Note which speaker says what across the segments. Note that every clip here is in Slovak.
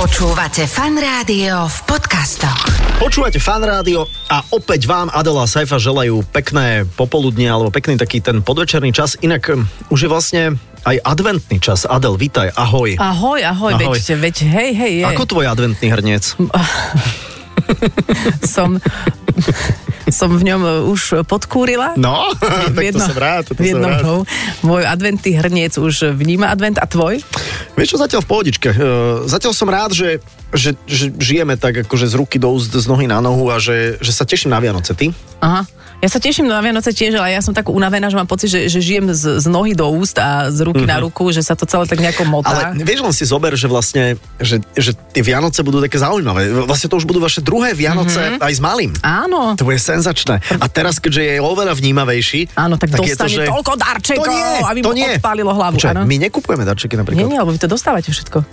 Speaker 1: Počúvate fan rádio v podcastoch.
Speaker 2: Počúvate fan rádio a opäť vám Adela a Saifa želajú pekné popoludne alebo pekný taký ten podvečerný čas. Inak um, už je vlastne aj adventný čas. Adel, vítaj, ahoj.
Speaker 3: Ahoj, ahoj,
Speaker 2: Ahoj.
Speaker 3: ahoj. Veď, veď, hej, hej, hej.
Speaker 2: Ako tvoj adventný hrniec?
Speaker 3: Som, som v ňom eh, už podkúrila.
Speaker 2: No, tak
Speaker 3: V
Speaker 2: to
Speaker 3: jedno-
Speaker 2: som rád, to
Speaker 3: v
Speaker 2: som
Speaker 3: jednom
Speaker 2: rád.
Speaker 3: hou. Môj adventný hrniec už vníma advent a tvoj?
Speaker 2: Vieš čo, zatiaľ v pohodičke. E, Zatiaľ som rád, že, že, že žijeme tak akože z ruky do úst, z nohy na nohu a že, že sa teším na Vianoce, ty?
Speaker 3: Aha. Ja sa teším na Vianoce tiež, ale ja som tak unavená, že mám pocit, že, že žijem z, z nohy do úst a z ruky na ruku, že sa to celé tak nejako motá.
Speaker 2: Mhm. Ale vieš, len si zober, že vlastne, že, že tie Vianoce budú také zaujímavé. Vlastne to už budú vaše druhé Vianoce mm-hmm. aj s malým.
Speaker 3: Áno.
Speaker 2: To bude senzačné. A teraz, keďže je oveľa vnímavejší...
Speaker 3: Áno, tak
Speaker 2: je
Speaker 3: dostane toľko darčekov,
Speaker 2: to nie,
Speaker 3: aby
Speaker 2: to
Speaker 3: mu
Speaker 2: nie.
Speaker 3: odpálilo hlavu,
Speaker 2: Čo,
Speaker 3: áno.
Speaker 2: my nekupujeme darčeky
Speaker 3: Nie,
Speaker 2: napríklad.
Speaker 3: nie, lebo vy to dostávate všetko.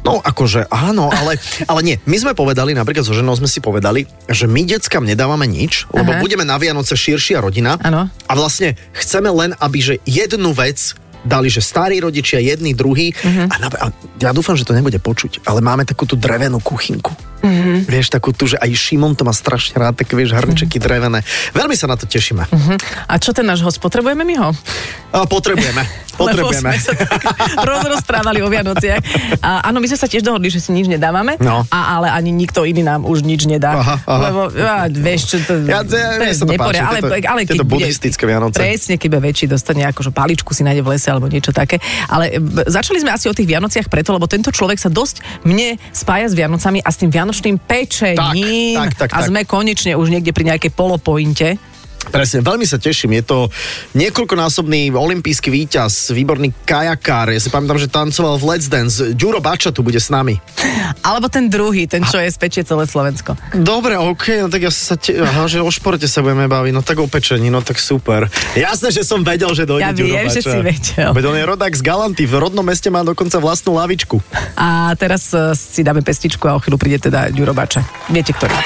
Speaker 2: No akože áno, ale, ale nie. My sme povedali, napríklad so ženou sme si povedali, že my deckam nedávame nič, lebo
Speaker 3: Aha.
Speaker 2: budeme na Vianoce širšia rodina.
Speaker 3: Áno.
Speaker 2: A vlastne chceme len, aby že jednu vec dali, že starí rodičia, jedný, druhý.
Speaker 3: Mhm.
Speaker 2: Uh-huh. A, na, a ja dúfam, že to nebude počuť, ale máme takú tú drevenú kuchynku.
Speaker 3: Mhm.
Speaker 2: Uh-huh. Vieš, takú tú, že aj Šimon to má strašne rád, také vieš,
Speaker 3: Mhm.
Speaker 2: hrnčeky uh-huh. drevené. Veľmi sa na to tešíme. Uh-huh.
Speaker 3: Hm. A čo ten náš host, potrebujeme my ho?
Speaker 2: A potrebujeme, potrebujeme.
Speaker 3: Lebo sme sa tak roz- rozprávali o Vianociach. A, áno, my sme sa tiež dohodli, že si nič nedávame,
Speaker 2: No.
Speaker 3: a, ale ani nikto iný nám už nič nedá.
Speaker 2: Aha, aha.
Speaker 3: Lebo á, vieš, čo to,
Speaker 2: Ja- ja-
Speaker 3: to
Speaker 2: mne
Speaker 3: je
Speaker 2: sa to
Speaker 3: neporiadok.
Speaker 2: páči,
Speaker 3: ale,
Speaker 2: tieto-
Speaker 3: ale keď
Speaker 2: tieto
Speaker 3: bude-
Speaker 2: buddhistické Vianoce.
Speaker 3: Presne, keď bude väčší dostane akože paličku si nájde v lese alebo niečo také. Ale e, b- začali sme asi o tých Vianociach preto, lebo tento človek sa dosť mne spája s Vianocami a s tým Vianočným pečením.
Speaker 2: Tak, tak, tak,
Speaker 3: a
Speaker 2: tak.
Speaker 3: sme konečne už niekde pri nejakej polopointe.
Speaker 2: Presne, veľmi sa teším. Je to niekoľkonásobný olimpijský víťaz, výborný kajakár. Ja si pamätám, že tancoval v Let's Dance. Ďuro Bača tu bude s nami.
Speaker 3: Alebo ten druhý, ten, čo je spečie celé Slovensko.
Speaker 2: Dobre, OK, no tak ja sa te... Aha, že o športe sa budeme baviť, no tak o pečení, no tak super. Jasné, že som vedel, že dojde
Speaker 3: Ja
Speaker 2: Ďuro
Speaker 3: viem, že
Speaker 2: Bača.
Speaker 3: si vedel.
Speaker 2: Veď on je rodák z Galanty, v rodnom meste má dokonca vlastnú lavičku.
Speaker 3: A teraz e, si dáme pestičku a o chvíľu príde teda Ďuro Bača. Viete, ktorý.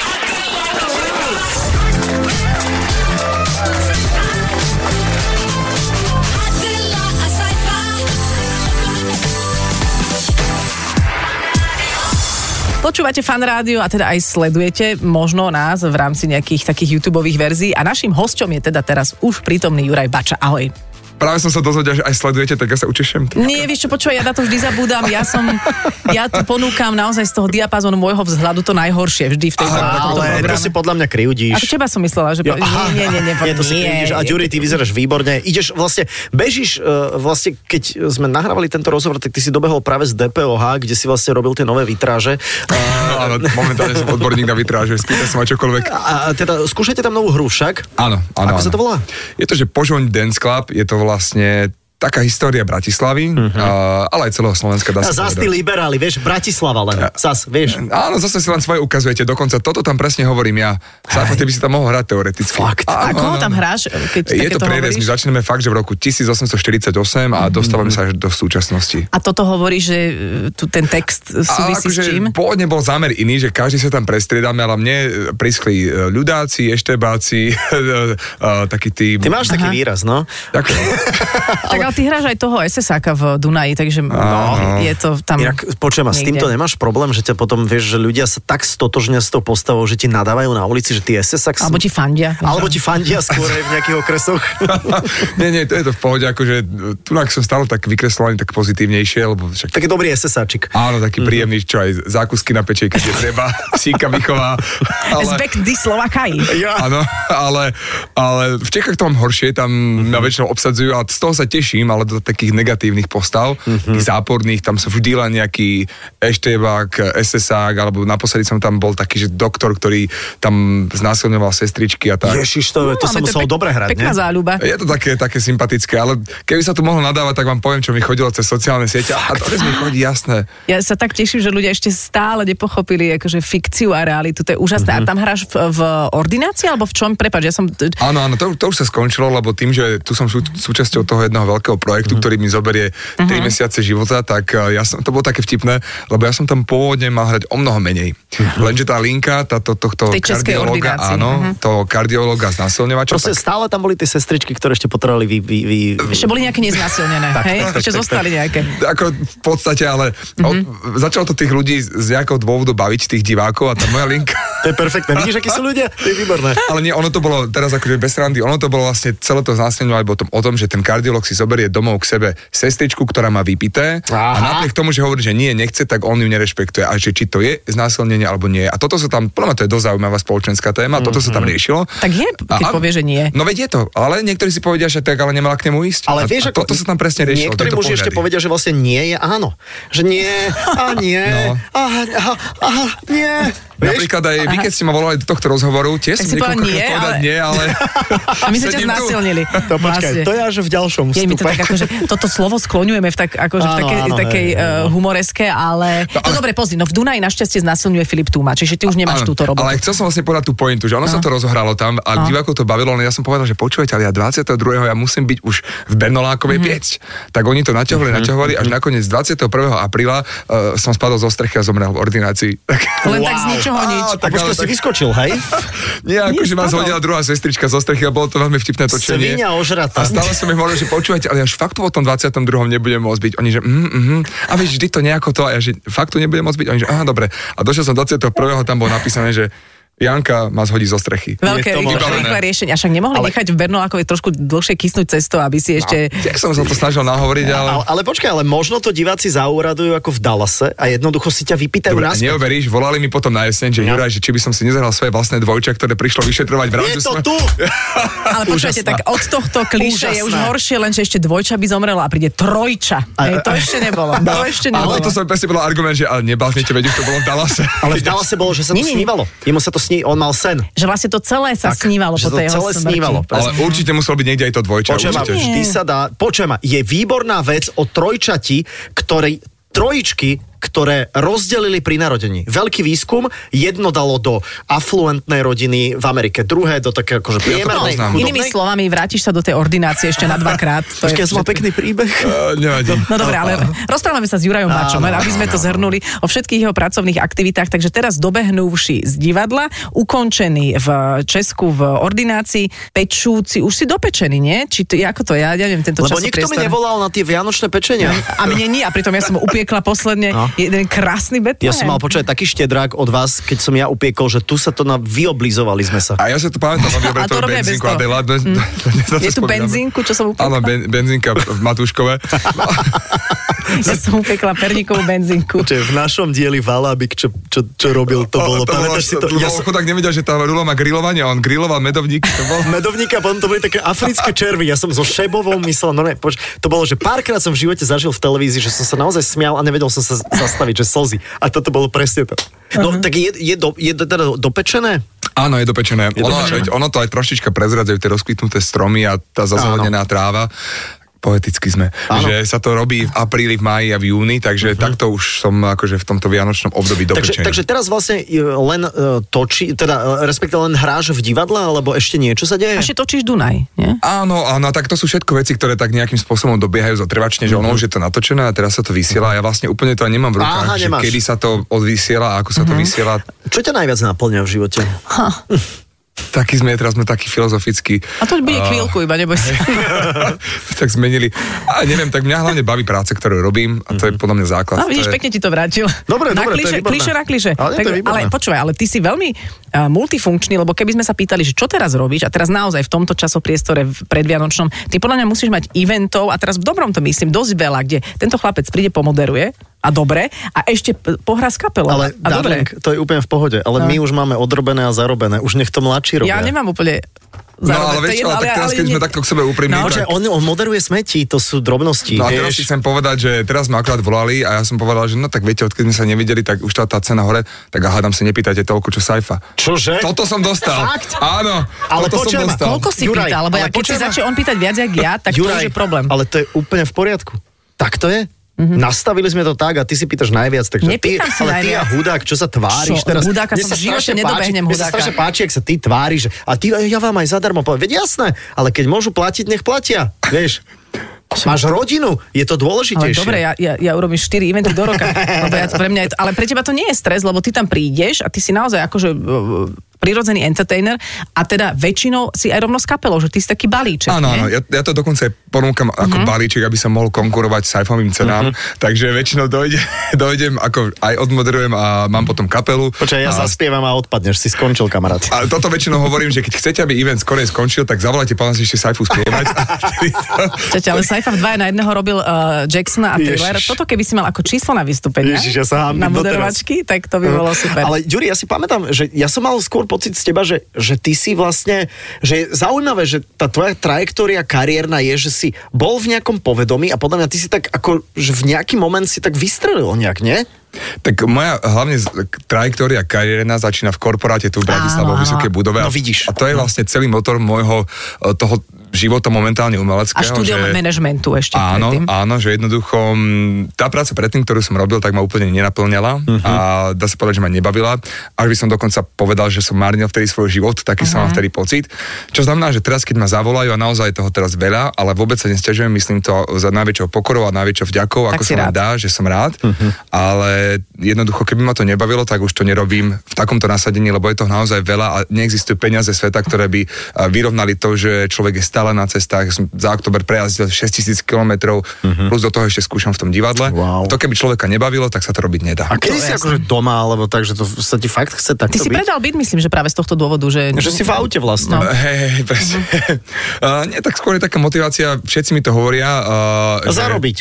Speaker 4: Adela, a Saifa.
Speaker 3: Počúvate fan rádio a teda aj sledujete možno nás v rámci nejakých takých youtube verzií a našim hosťom je teda teraz už prítomný Juraj Bača. Ahoj.
Speaker 5: Práve som sa dozvedel, že aj sledujete, tak ja sa uteším.
Speaker 3: Nie, vieš čo, počúvaj, ja na to vždy zabúdam. Ja som, ja tu ponúkam naozaj z toho diapazonu môjho vzhľadu to najhoršie vždy v tej
Speaker 2: Ale to si podľa mňa kriudíš.
Speaker 3: A teba som myslela, že...
Speaker 2: Jo, aha,
Speaker 3: No, nie, nie, nie, nie,
Speaker 2: nie, to si
Speaker 3: nie,
Speaker 2: prídeš. A
Speaker 3: nie.
Speaker 2: Ďuri, ty vyzeráš výborne. Ideš vlastne, bežíš, uh, vlastne, keď sme nahrávali tento rozhovor, tak ty si dobehol práve z DPOH, kde si vlastne robil tie nové vytráže.
Speaker 5: No, ale momentálne som odborník na vytráže, spýtaj sa ma čokoľvek.
Speaker 2: A, a teda, skúšajte tam novú hru však.
Speaker 5: Áno, áno.
Speaker 2: Ako
Speaker 5: áno.
Speaker 2: sa to volá?
Speaker 5: Je to, že Požoň Dance Club, je to vlastne taká história Bratislavy, uh-huh. ale aj celého Slovenska dá
Speaker 2: A
Speaker 5: sa
Speaker 2: zás tí
Speaker 5: povedať.
Speaker 2: liberáli, vieš, Bratislava len. Zas, vieš.
Speaker 5: Áno, zase si len svoje ukazujete, dokonca toto tam presne hovorím ja. Sáfa, ty by si tam mohol hrať teoreticky.
Speaker 2: Fakt.
Speaker 3: A
Speaker 5: Áno,
Speaker 3: koho
Speaker 5: áno,
Speaker 3: tam
Speaker 5: áno.
Speaker 3: hráš, keď
Speaker 5: Je
Speaker 3: takéto
Speaker 5: to prierez, my
Speaker 3: hovoríš? Mhm.
Speaker 5: začneme fakt, že v roku 1848 a dostávame sa až do súčasnosti.
Speaker 3: A toto hovorí, že e, tu ten text súvisí s čím?
Speaker 5: akože Pôvodne bol zámer iný, že každý sa tam prestriedame, ale mne e, priskli e, ľudáci, eštebáci, e, e, takí tí...
Speaker 2: Ty máš taký výraz, no?
Speaker 5: Ďakujem.
Speaker 3: Tak ale ty hráš aj toho SS-áka v Dunaji, takže
Speaker 5: Áno.
Speaker 3: no, je to tam...
Speaker 2: Inak, počujem, a s
Speaker 3: niekde.
Speaker 2: týmto nemáš problém, že ťa potom, vieš, že ľudia sa tak stotožnia s tou postavou, že ti nadávajú na ulici, že ty SS-ak sú-
Speaker 3: Alebo ti fandia.
Speaker 2: Alebo ti fandia skôr aj v nejakých okresoch.
Speaker 5: nie, nie, to je to v pohode, akože e, tu ak som stále tak vykreslovaný, tak pozitívnejšie, lebo však...
Speaker 2: Taký dobrý SS-ačik.
Speaker 5: Áno, taký príjemný, čo aj zákusky na pečej, keď je treba, psíka vychová. Ale...
Speaker 3: Zbek di Slovakai.
Speaker 2: Ja.
Speaker 5: Áno, ale, ale v Čechách to mám horšie, tam ma väčšinou obsadzujú a z toho sa teším, ale do takých negatívnych postav, tých záporných, tam sú vždy len nejaký eštebák, SSák, alebo naposledy som tam bol taký, že doktor, ktorý tam znásilňoval sestričky a tak.
Speaker 2: Ježiš, to, to sa
Speaker 3: No, ale je
Speaker 2: muselo
Speaker 3: pek-
Speaker 2: dobre hrať,
Speaker 3: Pekná
Speaker 2: nie?
Speaker 3: záľuba.
Speaker 5: Je to také, také sympatické, ale keby sa tu mohlo nadávať, tak vám poviem, čo mi chodilo cez sociálne siete. A to mi chodí, jasné.
Speaker 3: Ja sa tak teším, že ľudia ešte stále nepochopili akože fikciu a realitu. To je úžasné.
Speaker 2: Mhm.
Speaker 3: A tam hráš v, v ordinácii alebo v čom? Prepač, ja som...
Speaker 5: Áno, áno, to, to už sa skončilo, lebo tým, že tu som sú, súčasťou toho jedného veľkého projektu, ktorý mi zoberie 3 mesiace života, tak eh, ja som, to bolo také vtipné, lebo ja som tam pôvodne mal hrať o mnoho menej. Lenže tá linka, táto, tohto
Speaker 3: Tej českej Mhm.
Speaker 5: kardiológa,
Speaker 3: ordinácii,
Speaker 5: áno, toho kardiológa z násilňovača,
Speaker 2: Proste
Speaker 5: tak
Speaker 2: stále tam boli tie sestričky, ktoré ešte potrebovali vy... vy, vy...
Speaker 3: Ešte boli nejaké neznásilnené, hej?
Speaker 2: tak, tak,
Speaker 3: Ešte
Speaker 2: tak,
Speaker 3: zostali nejaké. Mhm.
Speaker 5: ako v podstate, ale mm-hmm. od, začalo to tých ľudí z z nejakého dôvodu baviť, tých divákov a tá moja linka.
Speaker 2: To je perfektné. Vidíš, akí sú ľudia? To je výborné.
Speaker 5: Ale nie, ono to bolo teraz akože bez randy, ono to bolo vlastne celé to znásilňovanie bolo tom, o tom, že ten kardiolog si zoberie domov k sebe sestričku, ktorá má vypité
Speaker 2: Aha.
Speaker 5: a napriek tomu, že hovorí, že nie, nechce, tak on ju nerešpektuje a že či to je znásilnenie alebo nie. A toto sa tam, podľa mňa to je dosť zaujímavá spoločenská téma, toto sa
Speaker 2: Mhm.
Speaker 5: tam riešilo.
Speaker 3: Tak je, keď
Speaker 5: A-
Speaker 3: povie, že nie.
Speaker 5: No veď je to, ale niektorí si povedia, že tak ale nemala k nemu ísť.
Speaker 2: Ale
Speaker 5: a,
Speaker 2: vieš,
Speaker 5: a toto sa tam presne riešilo.
Speaker 2: Niektorí
Speaker 5: tieto
Speaker 2: muži ešte
Speaker 5: pohľady.
Speaker 2: povedia, že vlastne nie je áno. Že nie, a nie,
Speaker 5: No.
Speaker 2: aha, aha, aha, nie. Vieš?
Speaker 5: Napríklad aj vy, keď ste ma volali do tohto rozhovoru, tiež
Speaker 3: Tak
Speaker 5: som
Speaker 3: si povedal
Speaker 5: niekoľko
Speaker 3: nie,
Speaker 5: povedať
Speaker 3: ale-
Speaker 5: nie, ale...
Speaker 3: A my sme ťa
Speaker 5: Sedím tu.
Speaker 3: znásilnili.
Speaker 2: To No, počkaj, to je až v ďalšom
Speaker 3: Vlastne. Je, my to
Speaker 2: vstupe.
Speaker 3: tak akože, toto slovo skloňujeme v, tak, akože v
Speaker 2: Áno,
Speaker 3: takej,
Speaker 2: áno,
Speaker 3: takej
Speaker 2: hej, no.
Speaker 3: uh, humoreske, ale... No,
Speaker 5: ale-
Speaker 3: dobre, pozri, no v Dunaji našťastie znásilňuje Filip Tuma, čiže ty už nemáš
Speaker 5: Áno,
Speaker 3: túto robotu. No.
Speaker 5: Ale chcel som vlastne povedať tú pointu, že ono sa to rozohralo tam a divákov to bavilo, ale ja som povedal, že počujete, ale ja 22. ja musím byť už v
Speaker 3: Mhm.
Speaker 5: Bernolákovej piecť. Tak oni to naťahovali, naťahovali, až nakoniec 21. apríla eh, som spadol zo strechy a zomrel v ordinácii. Tak,
Speaker 3: Len tak z ničoho
Speaker 5: Á,
Speaker 3: nič.
Speaker 2: A
Speaker 5: tak, ale
Speaker 2: počkaj, si
Speaker 5: tak,
Speaker 2: vyskočil, hej?
Speaker 5: nie, akože ma
Speaker 3: spadol.
Speaker 5: zhodila druhá sestrička zo strechy a bolo to veľmi vtipné točenie.
Speaker 2: Svinia ožratá.
Speaker 5: A stále som ich hovoril, že počúvajte, ale ja už fakt tu o tom 22. nebudem môcť byť. Oni, že mm, mm, a vieš, vždy to nejako to, a ja, že fakt tu nebudem môcť byť. Oni, že aha, dobre. A došiel som 21. tam bolo napísané, že Janka ma zhodí zo strechy.
Speaker 3: Veľké
Speaker 2: Je to
Speaker 3: rýchle,
Speaker 5: možné.
Speaker 3: rýchle riešenie. A však nemohli ale... nechať v Bernolákovi trošku dlhšie kysnúť cesto, aby
Speaker 2: No,
Speaker 3: si ešte...
Speaker 5: Tiež som sa to snažil nahovoriť, ale...
Speaker 2: Ale, ale počkaj, ale možno to diváci zauradujú ako v Dallase a jednoducho si ťa vypýtajú
Speaker 5: Dobre, a
Speaker 2: naspäť.
Speaker 5: neuveríš, volali mi potom na jeseň, že
Speaker 2: No.
Speaker 5: Juraj, že či by som si nezahral svoje vlastné dvojča, ktoré prišlo vyšetrovať v
Speaker 2: Je
Speaker 5: rámci...
Speaker 2: to tu!
Speaker 3: Ale počujete,
Speaker 2: Úžasná.
Speaker 3: tak od tohto kliše je už
Speaker 2: Úžasná.
Speaker 3: horšie, lenže ešte dvojča by zomrela a príde trojča. Hej, to ešte nebolo.
Speaker 2: No,
Speaker 3: To ešte
Speaker 5: A
Speaker 3: nebolo.
Speaker 5: toto som presne bol argument, že ale nebláznite, veď už to bolo v Dallase.
Speaker 2: Ale v Dallase bolo, že sa to
Speaker 3: Nie, nie, nie.
Speaker 2: snívalo. Jemu sa to sní, on mal sen.
Speaker 3: Že vlastne to celé sa snívalo
Speaker 2: že
Speaker 3: po
Speaker 2: to
Speaker 3: tej jeho
Speaker 2: celé
Speaker 3: smrti.
Speaker 2: snívalo.
Speaker 5: Ale určite muselo byť niekde aj to dvojča.
Speaker 2: Počujem,
Speaker 5: určite.
Speaker 2: vždy sa dá... Počujem, ma, je výborná vec o trojčati, ktorej trojičky, ktoré rozdelili pri narodení. Veľký výskum, jedno dalo do afluentnej rodiny v Amerike, druhé do také akože priemernej.
Speaker 5: poznám.
Speaker 2: chudobnej.
Speaker 3: Inými slovami, vrátiš sa do tej ordinácie ešte na dvakrát. To
Speaker 2: Počkaj,
Speaker 3: je-
Speaker 2: ja som mal pekný príbeh.
Speaker 5: Eh, nevadí.
Speaker 3: No dobre, ale rozprávame sa s Jurajom Mačom, len aby sme to zhrnuli o všetkých jeho pracovných aktivitách. Takže teraz dobehnúvši z divadla, ukončený v Česku v ordinácii, pečúci, už si dopečený, nie? Či to, ako to, ja neviem, tento
Speaker 2: Lebo nikto
Speaker 3: časopriestor.
Speaker 2: mi nevolal na tie vianočné pečenia.
Speaker 3: A mne nie, a pritom ja som upiekla posledne no.
Speaker 2: No.
Speaker 3: jeden krásny
Speaker 2: Ja
Speaker 3: Betlehem.
Speaker 2: som mal počuť taký štedrák od vás, keď som ja upiekol, že tu sa to na... vyoblizovali sme sa.
Speaker 5: A ja sa to pamätám, mám dobre
Speaker 3: A to
Speaker 5: toho
Speaker 3: robia bez
Speaker 5: benzínku
Speaker 3: toho.
Speaker 5: Adela. Dnes, mm. dnes na to
Speaker 3: Je tu
Speaker 5: spomíname.
Speaker 3: benzínku, čo som upiekla?
Speaker 5: Áno, ben, benzínka v v Matúškove. No,
Speaker 3: Ja som upiekla perníkovú benzinku.
Speaker 2: Čo je v našom dieli Valabik, čo, čo, čo robil, to bolo. Pamätáš si to? Ja
Speaker 5: Ja
Speaker 2: som,
Speaker 5: chudák nevedel, že tá rula má grilovanie, on griloval medovníky. To bol...
Speaker 2: medovníka, potom to boli také africké červy. Ja som so Šebovou myslel, no ne, poč- to bolo, že párkrát som v živote zažil v televízii, že som sa naozaj smial a nevedel som sa z- zastaviť, že slzy. A toto bolo presne to. No,
Speaker 3: Mhm.
Speaker 2: tak je, je, do, je do- teda dopečené?
Speaker 5: Áno, je dopečené.
Speaker 2: Je
Speaker 5: ono,
Speaker 2: dopečené.
Speaker 5: veď ono to aj trošičička prezradzajú tie rozkvitnuté stromy a tá zazelenená tráva. Poeticky sme.
Speaker 2: Áno.
Speaker 5: Áno. Že sa to robí v apríli, v máji a v júni, takže uh-huh. takto už som akože v tomto vianočnom období
Speaker 2: Takže,
Speaker 5: dopečený.
Speaker 2: takže teraz vlastne e, len e, točí, teda e, respektíve len hráš v divadle, alebo ešte niečo sa deje?
Speaker 3: A ešte točíš Dunaj, nie?
Speaker 5: Áno, áno, a tak to sú všetko veci, ktoré tak nejakým spôsobom dobiehajú zotrvačne, že ono už je to natočené a teraz sa to vysiela. Ja vlastne úplne to ani nemám v rukách,
Speaker 2: Mhm. Aha,
Speaker 5: že
Speaker 2: nemáš. Mhm.
Speaker 5: kedy sa to odvysiela a ako sa to vysiela.
Speaker 2: Čo ťa najviac naplňa v živote?
Speaker 5: Taký sme, teraz sme taký filozofický.
Speaker 3: A to bude
Speaker 5: A-
Speaker 3: chvíľku iba, neboj sa.
Speaker 5: tak zmenili. A neviem, tak mňa hlavne baví práce, ktorú robím a
Speaker 2: Mhm.
Speaker 5: to je podľa mňa základ.
Speaker 3: No vidíš,
Speaker 5: to je...
Speaker 3: pekne ti to vrátil.
Speaker 2: Dobre,
Speaker 3: na
Speaker 2: dobre, to je
Speaker 3: kliše,
Speaker 2: výborné.
Speaker 3: kliše na kliše.
Speaker 2: Ale nie, to je
Speaker 3: ale
Speaker 2: výborné.
Speaker 3: počúvaj, ale ty si veľmi uh, multifunkčný, lebo keby sme sa pýtali, že čo teraz robíš, a teraz naozaj v tomto časopriestore v predvianočnom, ty podľa mňa musíš mať eventov, a teraz v dobrom to myslím, dosť veľa, kde tento chlapec príde, pomoderuje, a dobre, a ešte p- pohrá s kapelou.
Speaker 2: Ale
Speaker 3: a dobre. No.
Speaker 2: darling, to je úplne v pohode, ale my už máme odrobené a zarobené, už nech to mladší robia.
Speaker 3: Ja nemám úplne...
Speaker 5: No
Speaker 3: zároveň-
Speaker 5: ale
Speaker 3: to je
Speaker 5: vieš čo,
Speaker 3: jedno,
Speaker 5: ale tak teraz, keď
Speaker 3: nie-
Speaker 5: sme takto k sebe úprimní,
Speaker 3: No,
Speaker 5: tak...
Speaker 2: Počkaj, on, on moderuje smeti, to sú drobnosti.
Speaker 5: No a teraz
Speaker 2: vieš.
Speaker 5: si chcem povedať, že teraz ma akorát volali a ja som povedal, že no tak viete, odkedy sme sa nevideli, tak už tá, tá cena hore, tak a hádam sa nepýtajte toľko, čo sajfa.
Speaker 2: Čože?
Speaker 5: Toto som dostal.
Speaker 2: Fakt?
Speaker 5: Áno,
Speaker 2: Ale
Speaker 5: toto
Speaker 2: počujem
Speaker 5: som
Speaker 2: ma,
Speaker 5: dostal.
Speaker 3: Koľko si
Speaker 2: Juraj,
Speaker 3: pýta? Lebo ja,
Speaker 2: ale
Speaker 3: keď si
Speaker 2: počúvaj ma.
Speaker 3: začne on pýtať viac jak ja, tak to už je problém. Mhm.
Speaker 2: Ale to je úplne v poriadku. Tak to je? Mm-hmm. Nastavili sme to tak a ty si pýtaš najviac. Takže ty,
Speaker 3: Nepýtam sa
Speaker 2: ale ty a
Speaker 3: najviac.
Speaker 2: hudák, čo sa tváriš
Speaker 3: Čo,
Speaker 2: teraz?
Speaker 3: hudáka
Speaker 2: Mne
Speaker 3: som
Speaker 2: sa
Speaker 3: v živote
Speaker 2: strašne
Speaker 3: nedobehnem,
Speaker 2: páči, mne sa
Speaker 3: hudáka.
Speaker 2: strašne páči, ak sa ty tváriš. A ty, ja vám aj zadarmo poviem. Veď jasné, ale keď môžu platiť, nech platia. Vieš? Máš rodinu, je to
Speaker 3: Ale
Speaker 2: dôležitejšie.
Speaker 3: dobre, ja, ja, ja urobím 4 eventy do roka. lebo ja, pre mňa je to, ale pre teba to nie je stres, lebo ty tam prídeš a ty si naozaj akože eh, prirodzený entertainer a teda väčšinou si aj rovno s kapelou, že ty si taký balíček.
Speaker 5: Áno,
Speaker 3: nie?
Speaker 5: áno, ja, ja to dokonca aj ponúkam ako
Speaker 3: Mhm.
Speaker 5: balíček, aby som mohol konkurovať sajfovým cenám, takže väčšinou dojde, dojdem, ako aj odmoderujem a mám potom kapelu.
Speaker 2: Počkaj, ja
Speaker 5: a,
Speaker 2: zaspievam a odpadneš, si skončil, kamarát.
Speaker 5: a toto väčšinou hovorím, že keď chcete, aby event skorej skončil, tak zavolajte pána ešte sajfu spievať. A vtedy to-
Speaker 3: Čaťa, ale Saifa v 2 na jedného robil uh, Jacksona a Taylor.
Speaker 2: Ježiš.
Speaker 3: Toto keby si mal ako číslo na vystúpenia,
Speaker 2: Ježiš, ja sa
Speaker 3: na
Speaker 2: hambím doteraz.
Speaker 3: moderovačky, tak to by bolo super.
Speaker 2: Ale Ďuri, ja si pamätám, že ja som mal skôr pocit z teba, že, že ty si vlastne, že je zaujímavé, že tá tvoja trajektória kariérna je, že si bol v nejakom povedomí a podľa mňa ty si tak ako, že v nejaký moment si tak vystrelil nejak, nie?
Speaker 5: Tak moja hlavne z- k- trajektória kariérna začína v korporáte tu v Bratislave,
Speaker 3: Áno,
Speaker 5: v
Speaker 3: áno.
Speaker 5: Vysokej budove.
Speaker 2: No vidíš.
Speaker 5: A to je vlastne celý motor môjho e, toho života momentálne umeleckého.
Speaker 3: a štúdium
Speaker 5: že-
Speaker 3: manažmentu ešte
Speaker 5: Áno,
Speaker 3: predtým.
Speaker 5: áno, že jednoducho m, tá práca predtým, ktorú som robil, tak ma úplne nenaplňala uh-huh. a dá sa povedať, že ma nebavila. Až by som dokonca povedal, že som márnil vtedy svoj život, taký uh-huh. som mal vtedy pocit. Čo znamená, že teraz, keď ma zavolajú a naozaj je toho teraz veľa, ale vôbec sa nestiažujem, myslím to za najväčšou pokorou a najväčšou vďakou,
Speaker 3: Tak
Speaker 5: ako
Speaker 3: si
Speaker 5: sa
Speaker 3: rád.
Speaker 5: nám dá, že som rád,
Speaker 2: Mhm.
Speaker 5: uh-huh. ale jednoducho, keby ma to nebavilo, tak už to nerobím v takomto nasadení, lebo je to naozaj veľa a neexistujú peniaze sveta, ktoré by a, vyrovnali to, že človek je stále na cestách. Ja Som za oktober prejazdil 6000 km, uh-huh. plus do toho ešte skúšam v tom divadle.
Speaker 2: Mhm. Wow.
Speaker 5: To keby človeka nebavilo, tak sa to robiť nedá.
Speaker 2: A kedy si akože doma, alebo tak, že to sa ti fakt chce
Speaker 3: Ty
Speaker 2: takto
Speaker 3: si
Speaker 2: byť?
Speaker 3: predal byt, myslím, že práve z tohto dôvodu, že...
Speaker 2: Že si v aute vlastne.
Speaker 3: No.
Speaker 5: Hej, hej, presne.
Speaker 2: Mhm.
Speaker 5: Uh, nie, tak skôr je taká motivácia, všetci mi to hovoria. Uh, že-
Speaker 2: Zarobiť.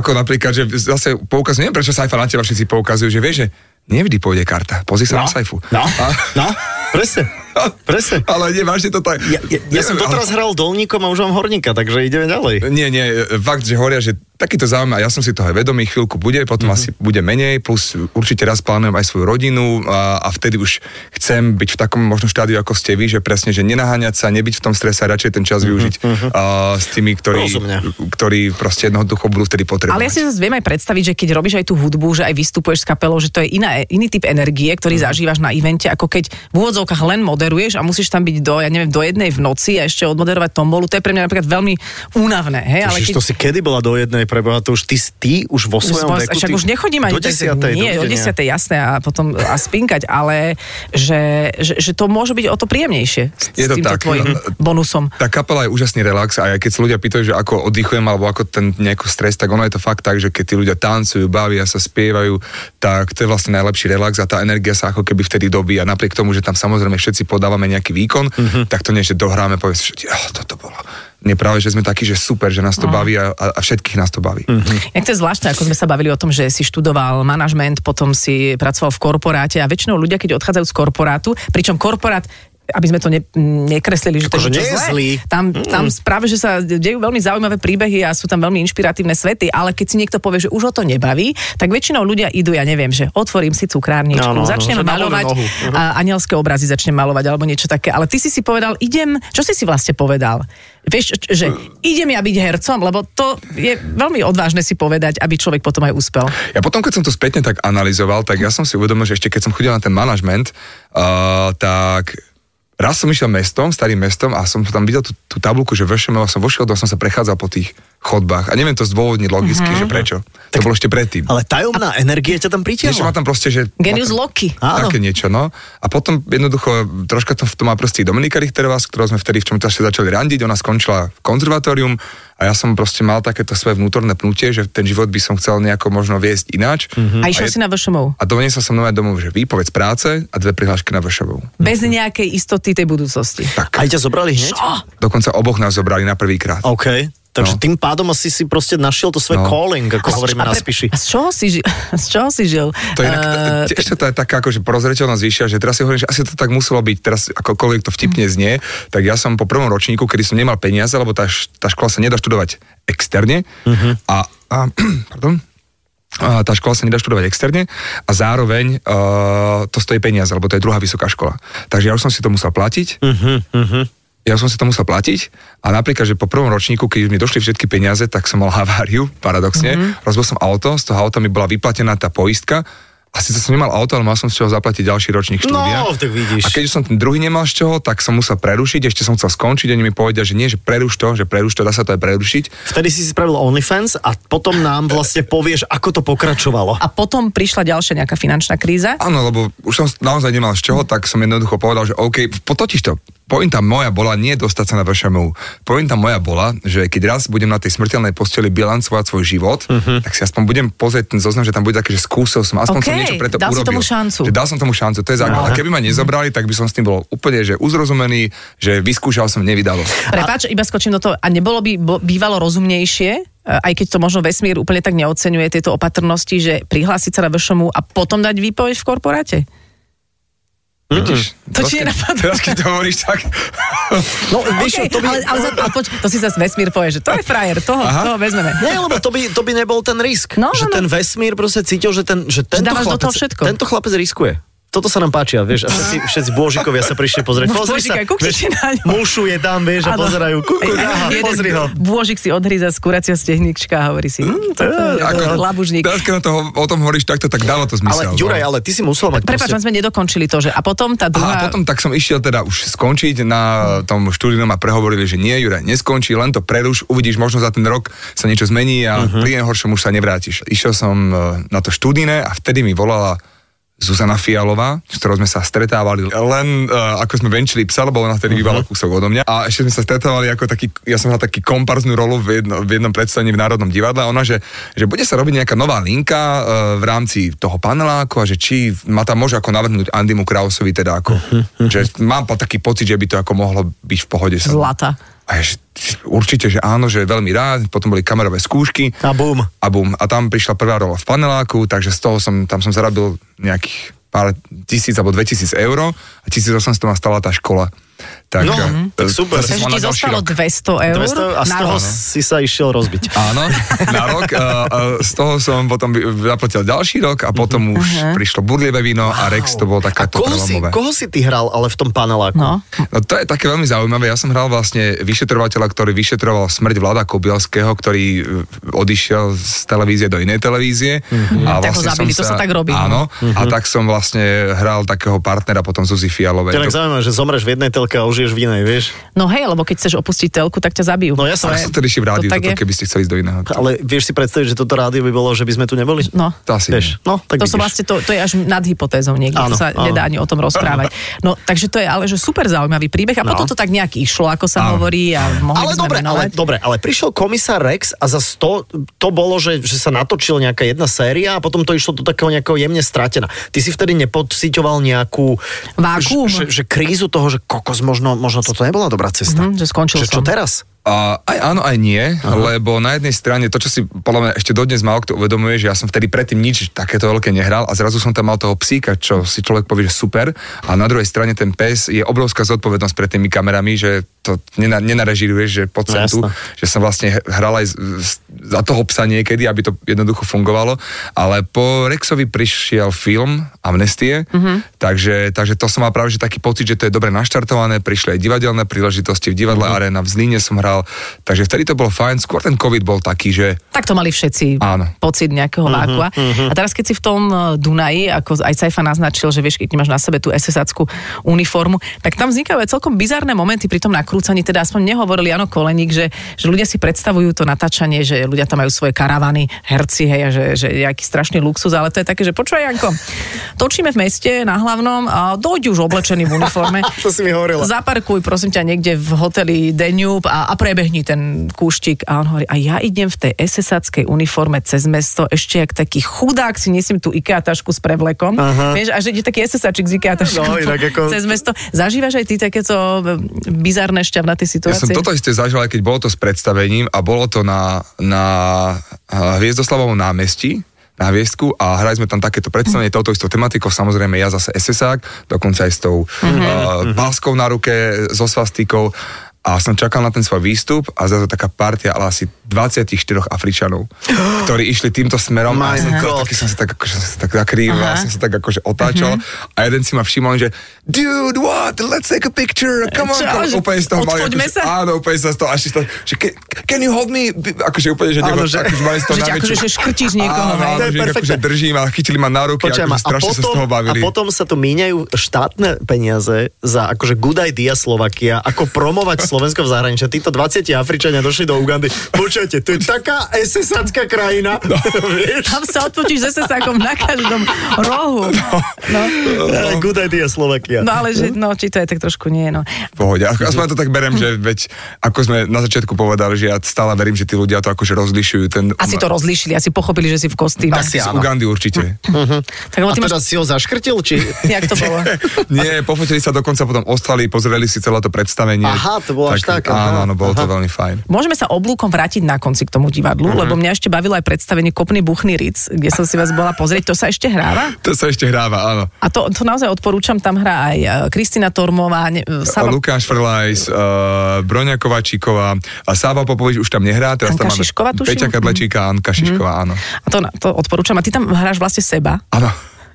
Speaker 5: Ako napríklad, že zase poukazujú, neviem prečo sajfa na teba všetci poukazujú, že vieš, že nevždy pôjde karta. Pozri sa na sajfu.
Speaker 2: no,
Speaker 5: A-
Speaker 2: no, presne, presne.
Speaker 5: Ale nie, vážne to tak.
Speaker 2: Ja, ja, ja som
Speaker 5: Neviem, ale-
Speaker 2: doteraz hral dolníkom a už mám horníka, takže ideme ďalej.
Speaker 5: Nie, nie, fakt, že hovoria, že takýto záujem, a ja som si toho aj vedomý, chvíľku bude,
Speaker 2: Mhm.
Speaker 5: potom mm-hmm. asi bude menej, plus určite raz plánujem aj svoju rodinu a, a vtedy už chcem byť v takom možno štádiu, ako ste vy, že presne, že nenaháňať sa, nebyť v tom strese a radšej ten čas využiť mm-hmm. a, s tými, ktorí,
Speaker 2: Mhm, Rozumne.
Speaker 5: ktorí proste jednoducho budú vtedy potrebovať.
Speaker 3: Ale ja si zase viem aj predstaviť, že keď robíš aj tú hudbu, že aj vystupuješ s kapelou, že to je iná, iný typ energie, ktorý zažívaš na evente, ako keď v úvodzovkách len moderuješ a musíš tam byť do, ja neviem, do jednej v noci a ešte odmoderovať tombolu. To je pre mňa napríklad veľmi únavné. Hej? Ale
Speaker 2: Ježiš,
Speaker 3: keď,
Speaker 2: to si kedy bola do jednej preboha, to už ty, ty už vo
Speaker 3: Už
Speaker 2: svojom
Speaker 3: som-
Speaker 2: veku.
Speaker 3: však
Speaker 2: ty-
Speaker 3: už nechodím
Speaker 2: do
Speaker 3: ani tak, že-
Speaker 2: 10.
Speaker 3: Nie, do 10. jasné a potom a spinkať, ale že, že, že to môže byť o to príjemnejšie s,
Speaker 5: Je
Speaker 3: s
Speaker 5: to
Speaker 3: týmto
Speaker 5: tak,
Speaker 3: tvojim
Speaker 5: no.
Speaker 3: bonusom.
Speaker 5: Tá kapela je úžasný relax a aj keď sa ľudia pýtajú, že ako oddychujem alebo ako ten nejaký stres, tak ono je to fakt tak, že keď tí ľudia tancujú, bavia sa, spievajú, tak to je vlastne najlepší relax a tá energia sa ako keby vtedy dobíja. Napriek tomu, že tam samozrejme všetci podávame nejaký výkon, mm-hmm. tak to nie, že dohráme, povieme si, že oh, toto bolo. Nie práve, že sme takí, že super, že nás to baví a, a a všetkých nás to baví. Mm-hmm.
Speaker 3: Jak to je zvláštne, ako sme sa bavili o tom, že si študoval manažment, potom si pracoval v korporáte a väčšinou ľudia, keď odchádzajú z korporátu, pričom korporát aby sme to ne, nekreslili, že to
Speaker 2: Akože
Speaker 3: je
Speaker 2: nie je
Speaker 3: niečo zlé.
Speaker 2: zlý.
Speaker 3: Tam, tam práve, že sa dejú veľmi zaujímavé príbehy a sú tam veľmi inšpiratívne svety, ale keď si niekto povie, že už ho to nebaví, tak väčšinou ľudia idú, ja neviem, že otvorím si cukrárničku,
Speaker 2: Áno, áno,
Speaker 3: začnem
Speaker 2: že na voľnú
Speaker 3: malovať
Speaker 2: nohu. Mhm.
Speaker 3: a anielské obrazy začnem malovať alebo niečo také. Ale ty si si povedal, idem, čo si si vlastne povedal? Vieš, č- že idem ja byť hercom, lebo to je veľmi odvážne si povedať, aby človek potom aj úspel.
Speaker 5: Ja potom, keď som to spätne tak analyzoval, tak ja som si uvedomil, že ešte keď som chodil na ten manažment, uh, tak raz som išiel mestom, starým mestom a som tam videl tú, tú tabulku, že VŠMO a som vošiel do, som sa prechádzal po tých chodbách a neviem to zdôvodniť logicky, mm-hmm. že prečo. Tak, to bolo ešte predtým.
Speaker 2: Ale tajomná energia ťa tam
Speaker 5: Niečo
Speaker 2: pritiahla.
Speaker 5: ma tam proste, že...
Speaker 3: Genius
Speaker 5: ma tam-
Speaker 3: Loki.
Speaker 2: Áno.
Speaker 5: Také niečo, no. A potom jednoducho, troška to, to má proste Dominika Richterová, s ktorou sme vtedy v čom čase začali randiť, ona skončila v konzervatórium a ja som proste mal takéto svoje vnútorné pnutie, že ten život by som chcel nejako možno viesť ináč.
Speaker 3: Mhm.
Speaker 5: Mm-hmm.
Speaker 3: A išiel si na VŠMU.
Speaker 5: A doniesol som nové domov, že výpoveď z práce a dve prihlášky na vršovú.
Speaker 3: Bez nejakej istoty tej budúcnosti.
Speaker 2: Aj ťa zobrali hneď?
Speaker 5: Dokonca oboch nás zobrali na prvýkrát.
Speaker 2: OK. Takže
Speaker 5: No.
Speaker 2: tým pádom asi si proste našiel to svoje
Speaker 5: No.
Speaker 2: calling, ako hovoríme na spiši.
Speaker 3: A z čoho si, ži- z čoho si žil?
Speaker 5: To je inak,
Speaker 3: Eh,
Speaker 5: t- tiež to je taká akože prozreteľnosť vyššia, že teraz si hovorím, že asi to tak muselo byť, teraz akokoľvek to vtipne znie, tak ja som po prvom ročníku, kedy som nemal peniaze, lebo tá, š- tá škola sa nedá študovať externe a, a pardon, a tá škola sa nedá študovať externe a zároveň uh, to stojí peniaze, lebo to je druhá vysoká škola. Takže ja už som si to musel platiť. Ja som si to musel platiť a napríklad, že po prvom ročníku, keď mi došli všetky
Speaker 2: Mhm.
Speaker 5: peniaze, tak som mal haváriu, paradoxne. Mm-hmm. Rozbil som auto, z toho auta mi bola vyplatená tá poistka A síce som nemal auto, ale mal som z čoho zaplatiť ďalší ročník štúdia.
Speaker 2: No, tak vidíš.
Speaker 5: A keď už som ten druhý nemal z čoho, tak som musel prerušiť, ešte som chcel skončiť, oni mi povedia, že nie, že preruš to, že preruš to, dá sa to aj prerušiť.
Speaker 2: Vtedy si si spravil OnlyFans a potom nám vlastne povieš, ako to pokračovalo.
Speaker 3: A potom prišla ďalšia nejaká finančná kríza.
Speaker 5: Áno, lebo už som naozaj nemal z čoho, tak som jednoducho povedal, že OK, po- totiž to, pointa moja bola nie dostať sa na VŠMU. Pointa moja bola, že keď raz budem na tej smrteľnej posteli bilancovať svoj život,
Speaker 2: Mhm.
Speaker 5: uh-huh. tak si aspoň budem pozrieť ten zoznam, že tam bude také, že skúsil som, aspoň
Speaker 3: OK,
Speaker 5: som niečo preto
Speaker 3: dal si
Speaker 5: urobil.
Speaker 3: tomu šancu.
Speaker 5: Že dal som tomu šancu, to je základ. A keby ma nezobrali, tak by som s tým bol úplne že uzrozumený, že vyskúšal som, nevydalo.
Speaker 3: Prepač, iba skočím do toho. A nebolo by bo- bývalo rozumnejšie, e, aj keď to možno vesmír úplne tak neocenuje tieto opatrnosti, že prihlásiť sa na VŠMU a potom dať výpoveď v korporáte?
Speaker 5: Vidíš?
Speaker 3: To ti
Speaker 5: Teraz, keď-
Speaker 3: nenapadlo.
Speaker 5: Teraz, keď to hovoríš, tak...
Speaker 2: No, vieš, čo,
Speaker 3: Okay,
Speaker 2: to by...
Speaker 3: ale, ale za, ale poď, to si zase vesmír povie, že to je frajer, toho, toho vezmeme.
Speaker 2: Nie, lebo to by, to by nebol ten risk.
Speaker 3: No,
Speaker 2: že
Speaker 3: no, no.
Speaker 2: ten vesmír proste cítil, že, ten, že tento,
Speaker 3: dávaš do
Speaker 2: chlapec,
Speaker 3: toho všetko.
Speaker 2: tento chlapec riskuje. Toto sa nám páči, a vieš, a všetci, všetci bôžikovia sa prišli pozrieť.
Speaker 3: No,
Speaker 2: Pozri sa,
Speaker 3: Bôžikaj, kúkni si na ňo.
Speaker 2: mušu je tam, vieš, a
Speaker 3: Áno.
Speaker 2: pozerajú. Kuku,
Speaker 3: Aj- aj
Speaker 2: aha,
Speaker 3: jeden
Speaker 2: pozri ho. Mm,
Speaker 3: Bôžik si odhryza z kuracia stehnička a hovorí si, hm, to je labužník.
Speaker 5: Teraz, keď na to, o tom hovoríš takto, tak dáva
Speaker 2: Ale
Speaker 5: to zmysel.
Speaker 2: Juraj,
Speaker 5: no.
Speaker 2: ale ty si musel mať
Speaker 3: Prepač, len sme nedokončili to, že a potom tá
Speaker 5: A
Speaker 3: druhá...
Speaker 5: potom tak som išiel teda už skončiť na tom štúdium a prehovorili, že nie, Juraj, neskončí, len to preruš, uvidíš, možno za ten rok sa niečo zmení a uh-huh. pri najhoršom už sa nevrátiš. Išiel som e, na to štúdine a vtedy mi volala Zuzana Fialová, s ktorou sme sa stretávali len uh, ako sme venčili psa, lebo ona vtedy bývala kúsok odo mňa. A ešte sme sa stretávali ako taký, ja som hral taký komparznú rolu v, jedno, v jednom predstavení v Národnom divadle. A ona, že, že bude sa robiť nejaká nová linka uh, v rámci toho paneláku a že či ma tam môže ako navrhnúť Andymu Krausovi, teda ako, že mám pa taký pocit, že by to ako mohlo byť v pohode. sa-
Speaker 3: Zlata.
Speaker 5: A ja, že, určite, že áno, že veľmi rád. Potom boli kamerové skúšky
Speaker 2: A bum.
Speaker 5: a bum. A tam prišla prvá rola v paneláku, takže z toho som, tam som zarobil nejakých pár tisíc alebo 2000 eur a 1800 ma stala tá škola. Tak,
Speaker 2: No,
Speaker 5: eh,
Speaker 2: tak
Speaker 5: eh,
Speaker 2: super.
Speaker 3: Takže
Speaker 5: zase som
Speaker 3: ti
Speaker 5: mal na ďalší
Speaker 3: zostalo
Speaker 5: rok.
Speaker 3: 200 eur
Speaker 2: 200 a no. z
Speaker 3: na
Speaker 2: toho
Speaker 3: rok.
Speaker 2: si sa išiel rozbiť.
Speaker 5: Áno, na rok. eh, eh, Z toho som potom vy- zaplatil ďalší rok a
Speaker 3: Mhm.
Speaker 5: potom už prišlo burlivé víno a Rex to bolo
Speaker 2: A
Speaker 5: takáto
Speaker 2: koho si,
Speaker 5: prelomové.
Speaker 2: koho si ty hral, ale v tom paneláku?
Speaker 3: No.
Speaker 5: No to je také veľmi zaujímavé. Ja som hral vlastne vyšetrovateľa, ktorý vyšetroval smrť Vlada Kobielského, ktorý eh, odišiel z televízie do inej televízie. Mm-hmm. A
Speaker 3: Mhm. Tak ho zabili, to sa tak robí. no. Mhm.
Speaker 5: Áno, mm-hmm. a tak som vlastne hral takého partnera potom Zuzi Fialovej.
Speaker 2: Teda
Speaker 5: To-
Speaker 2: zaujímavé, že zomreš v jednej telke a užiješ v inej, vieš?
Speaker 3: No hej, lebo keď chceš opustiť telku, tak ťa zabijú.
Speaker 2: No ja som...
Speaker 5: Ale som to rieši v rádiu,
Speaker 3: to tak
Speaker 5: toto,
Speaker 3: je.
Speaker 5: keby ste chceli ísť do iného.
Speaker 2: Ale vieš si predstaviť, že toto rádio by bolo, že by sme tu neboli?
Speaker 3: No.
Speaker 5: To asi
Speaker 2: Vieš,
Speaker 5: nie.
Speaker 2: no, tak vidíš.
Speaker 3: to sú vlastne, to, to je až nad hypotézou niekde,
Speaker 2: Áno,
Speaker 3: to sa
Speaker 2: áno.
Speaker 3: nedá ani o tom rozprávať. No, takže to je ale že super zaujímavý príbeh a
Speaker 2: No.
Speaker 3: potom to tak nejak išlo, ako sa
Speaker 5: Áno.
Speaker 3: hovorí a mohli
Speaker 2: Ale
Speaker 3: by sme
Speaker 2: dobre, ale,
Speaker 3: menovať.
Speaker 2: dobre, ale prišiel komisár Rex a za 100, to bolo, že, že sa natočil nejaká jedna séria a potom to išlo do takého nejakého jemne stratená. Ty si vtedy nepociťoval nejakú...
Speaker 3: Vákuum.
Speaker 2: Že, že, že krízu toho, že kokos, možno, možno toto nebola dobrá cesta.
Speaker 3: Mhm, že skončil
Speaker 2: že čo
Speaker 3: som.
Speaker 2: teraz?
Speaker 5: A aj áno, aj nie, Aha. lebo na jednej strane to, čo si podľa mňa ešte dodnes málo kto uvedomuje, že ja som vtedy predtým nič takéto veľké nehral a zrazu som tam mal toho psíka, čo si človek povie, že super. A na druhej strane ten pes je obrovská zodpovednosť pred tými kamerami, že to nena, nenarežiruješ, že poď sem
Speaker 2: No,
Speaker 5: tu,
Speaker 2: jasné.
Speaker 5: že som vlastne hral aj z- z- za toho psa niekedy, aby to jednoducho fungovalo. Ale po Rexovi prišiel film Amnestie, mm-hmm. takže, takže to som mal práve že taký pocit, že to je dobre naštartované, prišli aj divadelné príležitosti v divadle mm-hmm. Arena, v Zlíne som hral, takže vtedy to bolo fajn, skôr ten COVID bol taký, že
Speaker 3: Tak to mali všetci
Speaker 5: Áno.
Speaker 3: pocit nejakého vákua. A teraz keď si v tom e, Dunaji, ako aj Saifa naznačil, že vieš, keď máš na sebe tú SS-ackú uniformu, tak tam vznikajú aj celkom bizarné momenty pri tom nakrúcaní, teda aspoň nehovorili Jano Koleník, že, že ľudia si predstavujú to natáčanie, že ľudia tam majú svoje karavany, herci, hej, a že, že je aký strašný luxus, ale to je také, že počúvaj Janko, točíme v meste na hlavnom a dojdi už oblečený v uniforme.
Speaker 2: To si mi hovorila.
Speaker 3: Zaparkuj, prosím ťa, niekde v hoteli Danube a, a prebehni ten kúštik. A on hovorí, a ja idem v tej SS-ackej uniforme cez mesto, ešte jak taký chudák si nesiem tú IKEA tašku s prevlekom.
Speaker 2: Aha.
Speaker 3: Vieš, a že ide taký SS-ačik s IKEA taškou
Speaker 2: No, inak ako-
Speaker 3: cez mesto. Zažívaš aj ty takéto e, bizarné šťavnaté
Speaker 5: Ja
Speaker 3: situácie?
Speaker 5: som toto isté zažil, aj keď bolo to s predstavením a bolo to na, na eh, Hviezdoslavovom námestí, na Hviezdku a hrali sme tam takéto predstavenie
Speaker 2: Mhm.
Speaker 5: touto istou tematikou, samozrejme
Speaker 2: Mhm.
Speaker 5: eh, ja zase SSák, dokonca aj s tou mm-hmm. uh, páskou na ruke, so svastikou a som čakal na ten svoj výstup a zrazu taká partia ale asi 24 Afričanov, ktorí išli týmto smerom
Speaker 2: My
Speaker 5: a som,
Speaker 2: God.
Speaker 5: taký, som sa tak, akože, som sa tak zakrýval, som sa tak akože otáčal
Speaker 2: Mhm.
Speaker 5: a jeden si ma všimol, že dude, what, let's take a picture,
Speaker 2: Eh.
Speaker 5: come on,
Speaker 3: Čo,
Speaker 5: come on.
Speaker 3: že
Speaker 5: úplne z toho mali,
Speaker 3: odfoťme
Speaker 5: akože,
Speaker 3: sa?
Speaker 5: áno, úplne sa z toho, až si to, že can, can you hold me, akože úplne, že,
Speaker 2: Áno,
Speaker 5: áno,
Speaker 2: že-
Speaker 5: že, akože mali z toho
Speaker 3: Že ťa
Speaker 5: najväčšiu-
Speaker 3: akože škrtíš niekoho,
Speaker 5: Áno,
Speaker 3: hej.
Speaker 5: áno,
Speaker 2: To je
Speaker 5: že ich
Speaker 2: perfektné.
Speaker 5: akože držím a chytili ma na ruky,
Speaker 2: Počujem,
Speaker 5: akože
Speaker 2: a,
Speaker 5: strašne sa z
Speaker 2: potom,
Speaker 5: toho
Speaker 2: a
Speaker 5: bavili.
Speaker 2: potom sa tu míňajú štátne peniaze za akože good idea Slovakia, ako promovať Slovensko v zahraničí. A Títo 20 Afričania došli do Ugandy. Počujete, to je taká SSacká krajina. No. Vieš?
Speaker 3: Tam sa odfotíš s SSákom na každom rohu. No.
Speaker 2: Eh, Good idea Slovakia.
Speaker 3: No ale že, no, či to je tak trošku nie, no.
Speaker 5: V pohode. Ako- Aspoň to tak berem, že veď, ako sme na začiatku povedali, že ja stále verím, že tí ľudia to akože rozlišujú. Ten,
Speaker 3: Asi to rozlíšili, asi pochopili, že si v kostýme.
Speaker 5: Asi z
Speaker 2: áno.
Speaker 5: Ugandy určite.
Speaker 2: No.
Speaker 3: Tak
Speaker 2: A
Speaker 3: lebo ty máš,
Speaker 2: teda si ho zaškrtil? Či...
Speaker 3: jak to bolo?
Speaker 5: Nie, pofotili sa dokonca potom ostali, pozreli si celé to predstavenie.
Speaker 2: Aha, to bolo až tak, aha,
Speaker 5: Áno, áno, bolo to
Speaker 2: aha.
Speaker 5: veľmi fajn.
Speaker 3: Môžeme sa oblúkom vrátiť na konci k tomu divadlu,
Speaker 5: Mhm.
Speaker 3: mm-hmm. lebo mňa ešte bavilo aj predstavenie Kopný buchný ric, kde som si vás bola pozrieť. To sa ešte hráva?
Speaker 5: To sa ešte hráva, áno.
Speaker 3: A to, to naozaj odporúčam, tam hrá aj eh, Kristina Tormová, ne, eh, Sava,
Speaker 5: Lukáš Frlajs, uh, Broňa Kovačíková a Sáva Popovič už tam nehrá, teraz
Speaker 3: Anka
Speaker 5: tam máme
Speaker 3: Šišková, tuším. Mhm.
Speaker 5: Peťa Kadlečíka a Anka Šišková, áno.
Speaker 3: a to, na- to odporúčam. A ty tam hráš vlastne seba,
Speaker 5: Áno.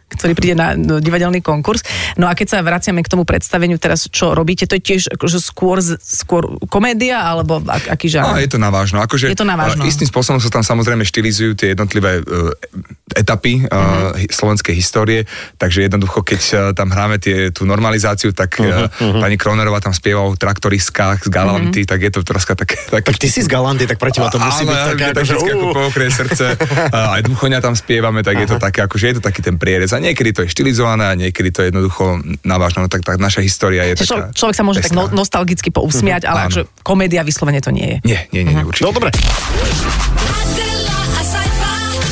Speaker 3: ktorý príde na no, divadelný konkurs. No a keď sa vraciame k tomu predstaveniu teraz, čo robíte, to je tiež akože skôr, z- skôr komédia, alebo ak, aký
Speaker 5: Áno,
Speaker 3: žánr?
Speaker 5: je to na vážno. Akože,
Speaker 3: Je to na vážno.
Speaker 5: e, Istým spôsobom sa tam samozrejme štilizujú tie jednotlivé e, etapy uh,
Speaker 3: Mhm.
Speaker 5: hi- slovenskej histórie, takže jednoducho, keď e, tam hráme tie, tú normalizáciu, tak uh,
Speaker 3: Mhm,
Speaker 5: pani Kronerová tam spieva o traktoriskách z Galanty, tak je to troška také... také
Speaker 2: Tak ty si z Galanty, tak pre teba to musí
Speaker 5: Áno,
Speaker 2: byť
Speaker 5: ja
Speaker 2: taká,
Speaker 5: viem,
Speaker 2: akože,
Speaker 5: vždycky ako
Speaker 2: ú.
Speaker 5: pookrie srdce. A Aj Duchoňa tam spievame, tak je to také, akože je to taký ten prierez. A niekedy to je štilizované a niekedy to je jednoducho na vážno. No tak, tak naša história
Speaker 3: Čiže
Speaker 5: je taká...
Speaker 3: člo- človek sa môže tak no,
Speaker 5: pestrá.
Speaker 3: nostalgicky pousmiať, ale
Speaker 5: Áno.
Speaker 3: akože komédia vyslovene to nie je.
Speaker 5: Nie, nie, nie, nie určite.
Speaker 2: No dobre.
Speaker 4: Adela, a sci-fi.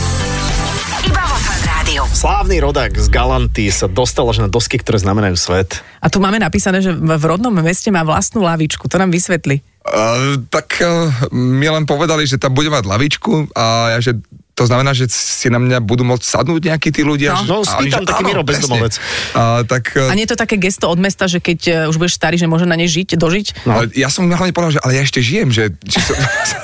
Speaker 1: Iba vo Fan Rádiu.
Speaker 2: Slávny rodák z Galanty sa dostal až na dosky, ktoré znamenajú svet.
Speaker 3: A tu máme napísané, že v v rodnom meste má vlastnú lavičku. To nám vysvetli.
Speaker 5: Uh, tak uh, mi len povedali, že tam bude mať lavičku a ja, že to znamená, že si na mňa budú môcť sadnúť nejakí tí ľudia.
Speaker 2: No, no,
Speaker 5: že, a oni,
Speaker 2: spýtam,
Speaker 5: že
Speaker 2: taký
Speaker 5: áno,
Speaker 2: Miro
Speaker 5: presne.
Speaker 2: bezdomovec.
Speaker 5: A, tak,
Speaker 3: A
Speaker 5: uh,
Speaker 3: nie je to také gesto od mesta, že keď eh, už budeš starý, že môže na nej žiť, dožiť?
Speaker 5: no. ale ja som hlavne povedal, že ale ja ešte žijem, že či sa,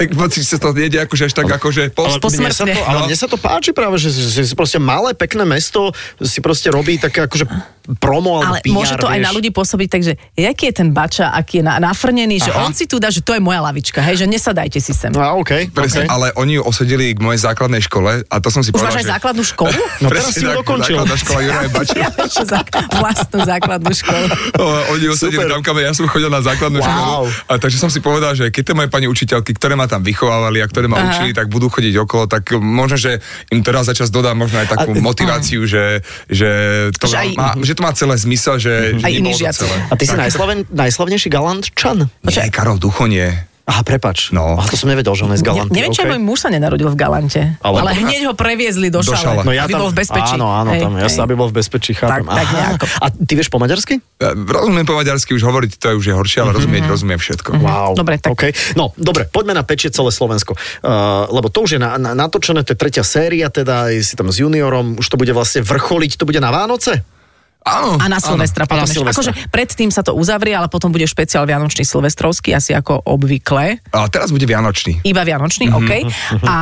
Speaker 5: či sa to nejde akože až tak akože po,
Speaker 2: mne sa,
Speaker 3: Ale- Posmrtne.
Speaker 2: to, ale
Speaker 5: No.
Speaker 2: mne sa to páči práve, že si, si si proste malé, pekné mesto si proste robí také akože promo alebo
Speaker 3: Ale
Speaker 2: PR,
Speaker 3: môže to
Speaker 2: vieš.
Speaker 3: aj na ľudí pôsobiť, takže jaký je ten bača, aký je na, nafrnený, že on si tu dá, že to je moja lavička, hej, že nesadajte si sem.
Speaker 2: No a okej,
Speaker 5: Presne,
Speaker 2: okej.
Speaker 5: ale oni ju osadili k mojej základnej škole a to som si
Speaker 3: Už
Speaker 5: povedal,
Speaker 3: máš aj
Speaker 5: že...
Speaker 3: základnú školu?
Speaker 2: No teraz
Speaker 5: Presne
Speaker 2: si ju
Speaker 5: tak,
Speaker 2: dokončil.
Speaker 5: Základná škola Juraja Bača.
Speaker 3: Ja ešte zák- vlastnú základnú školu.
Speaker 5: O, Oni osadili
Speaker 2: Super.
Speaker 5: tam kamer, ja som chodil na základnú
Speaker 2: Wow.
Speaker 5: školu. A takže som si povedal, že keď tie moje pani učiteľky, ktoré ma tam vychovávali a ktoré ma
Speaker 3: Aha.
Speaker 5: učili, tak budú chodiť okolo, tak možno, že im teraz za čas dodám možno aj takú
Speaker 2: A-
Speaker 5: motiváciu, že, že, to
Speaker 3: Že
Speaker 5: že,
Speaker 3: aj-
Speaker 5: má, že to má celé zmysel, že, že
Speaker 3: Aj iní
Speaker 5: nebolo to
Speaker 3: žiaci.
Speaker 5: celé.
Speaker 2: Mhm. A ty si najslaven, najslavnejší galantčan.
Speaker 5: Nie, Karol Ducho nie.
Speaker 2: Aha, prepač.
Speaker 5: No.
Speaker 2: Aha, to som nevedel, že on je z
Speaker 3: Ne,
Speaker 2: Galanty.
Speaker 3: neviem, či aj
Speaker 2: okej.
Speaker 3: môj muž sa nenarodil v Galante, ale,
Speaker 2: Ale-
Speaker 3: ale hneď ho previezli do,
Speaker 5: Do
Speaker 3: šale,
Speaker 5: šale.
Speaker 2: No ja
Speaker 3: aby
Speaker 2: tam,
Speaker 3: bol v bezpečí.
Speaker 2: Áno, áno,
Speaker 3: Hej,
Speaker 2: tam, ja
Speaker 3: hej.
Speaker 2: sa aby bol v bezpečí, chápem.
Speaker 3: Tak, tak
Speaker 2: Aha.
Speaker 3: nejako.
Speaker 2: A ty vieš po maďarsky?
Speaker 5: Ja Rozumiem po maďarsky, už hovoriť to je už je horšie, ale rozumieť, rozumiem všetko.
Speaker 2: Mhm. Wow.
Speaker 3: Dobre, tak.
Speaker 2: Okay. No, dobre, poďme na pečie celé Slovensko. Uh, lebo to už je na, na, natočené, to je tretia séria, teda aj si tam s juniorom, už to bude vlastne vrcholiť, to bude na Vánoce?
Speaker 5: Áno.
Speaker 3: A na
Speaker 5: áno.
Speaker 3: Silvestra
Speaker 2: a na
Speaker 3: potom. ešte.
Speaker 2: Silvestra.
Speaker 3: Akože predtým sa to uzavrie, ale potom bude špeciál Vianočný Silvestrovský, asi ako obvykle.
Speaker 5: A teraz bude Vianočný.
Speaker 3: Iba Vianočný,
Speaker 5: Mhm,
Speaker 3: mm-hmm. OK. A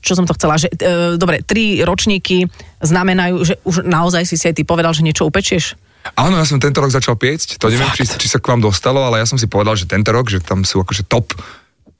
Speaker 3: čo som to chcela, že e, dobre, tri ročníky znamenajú, že už naozaj si si aj ty povedal, že niečo upečieš?
Speaker 5: Áno, ja som tento rok začal piecť, to neviem, či, či sa k vám dostalo, ale ja som si povedal, že tento rok, že tam sú akože top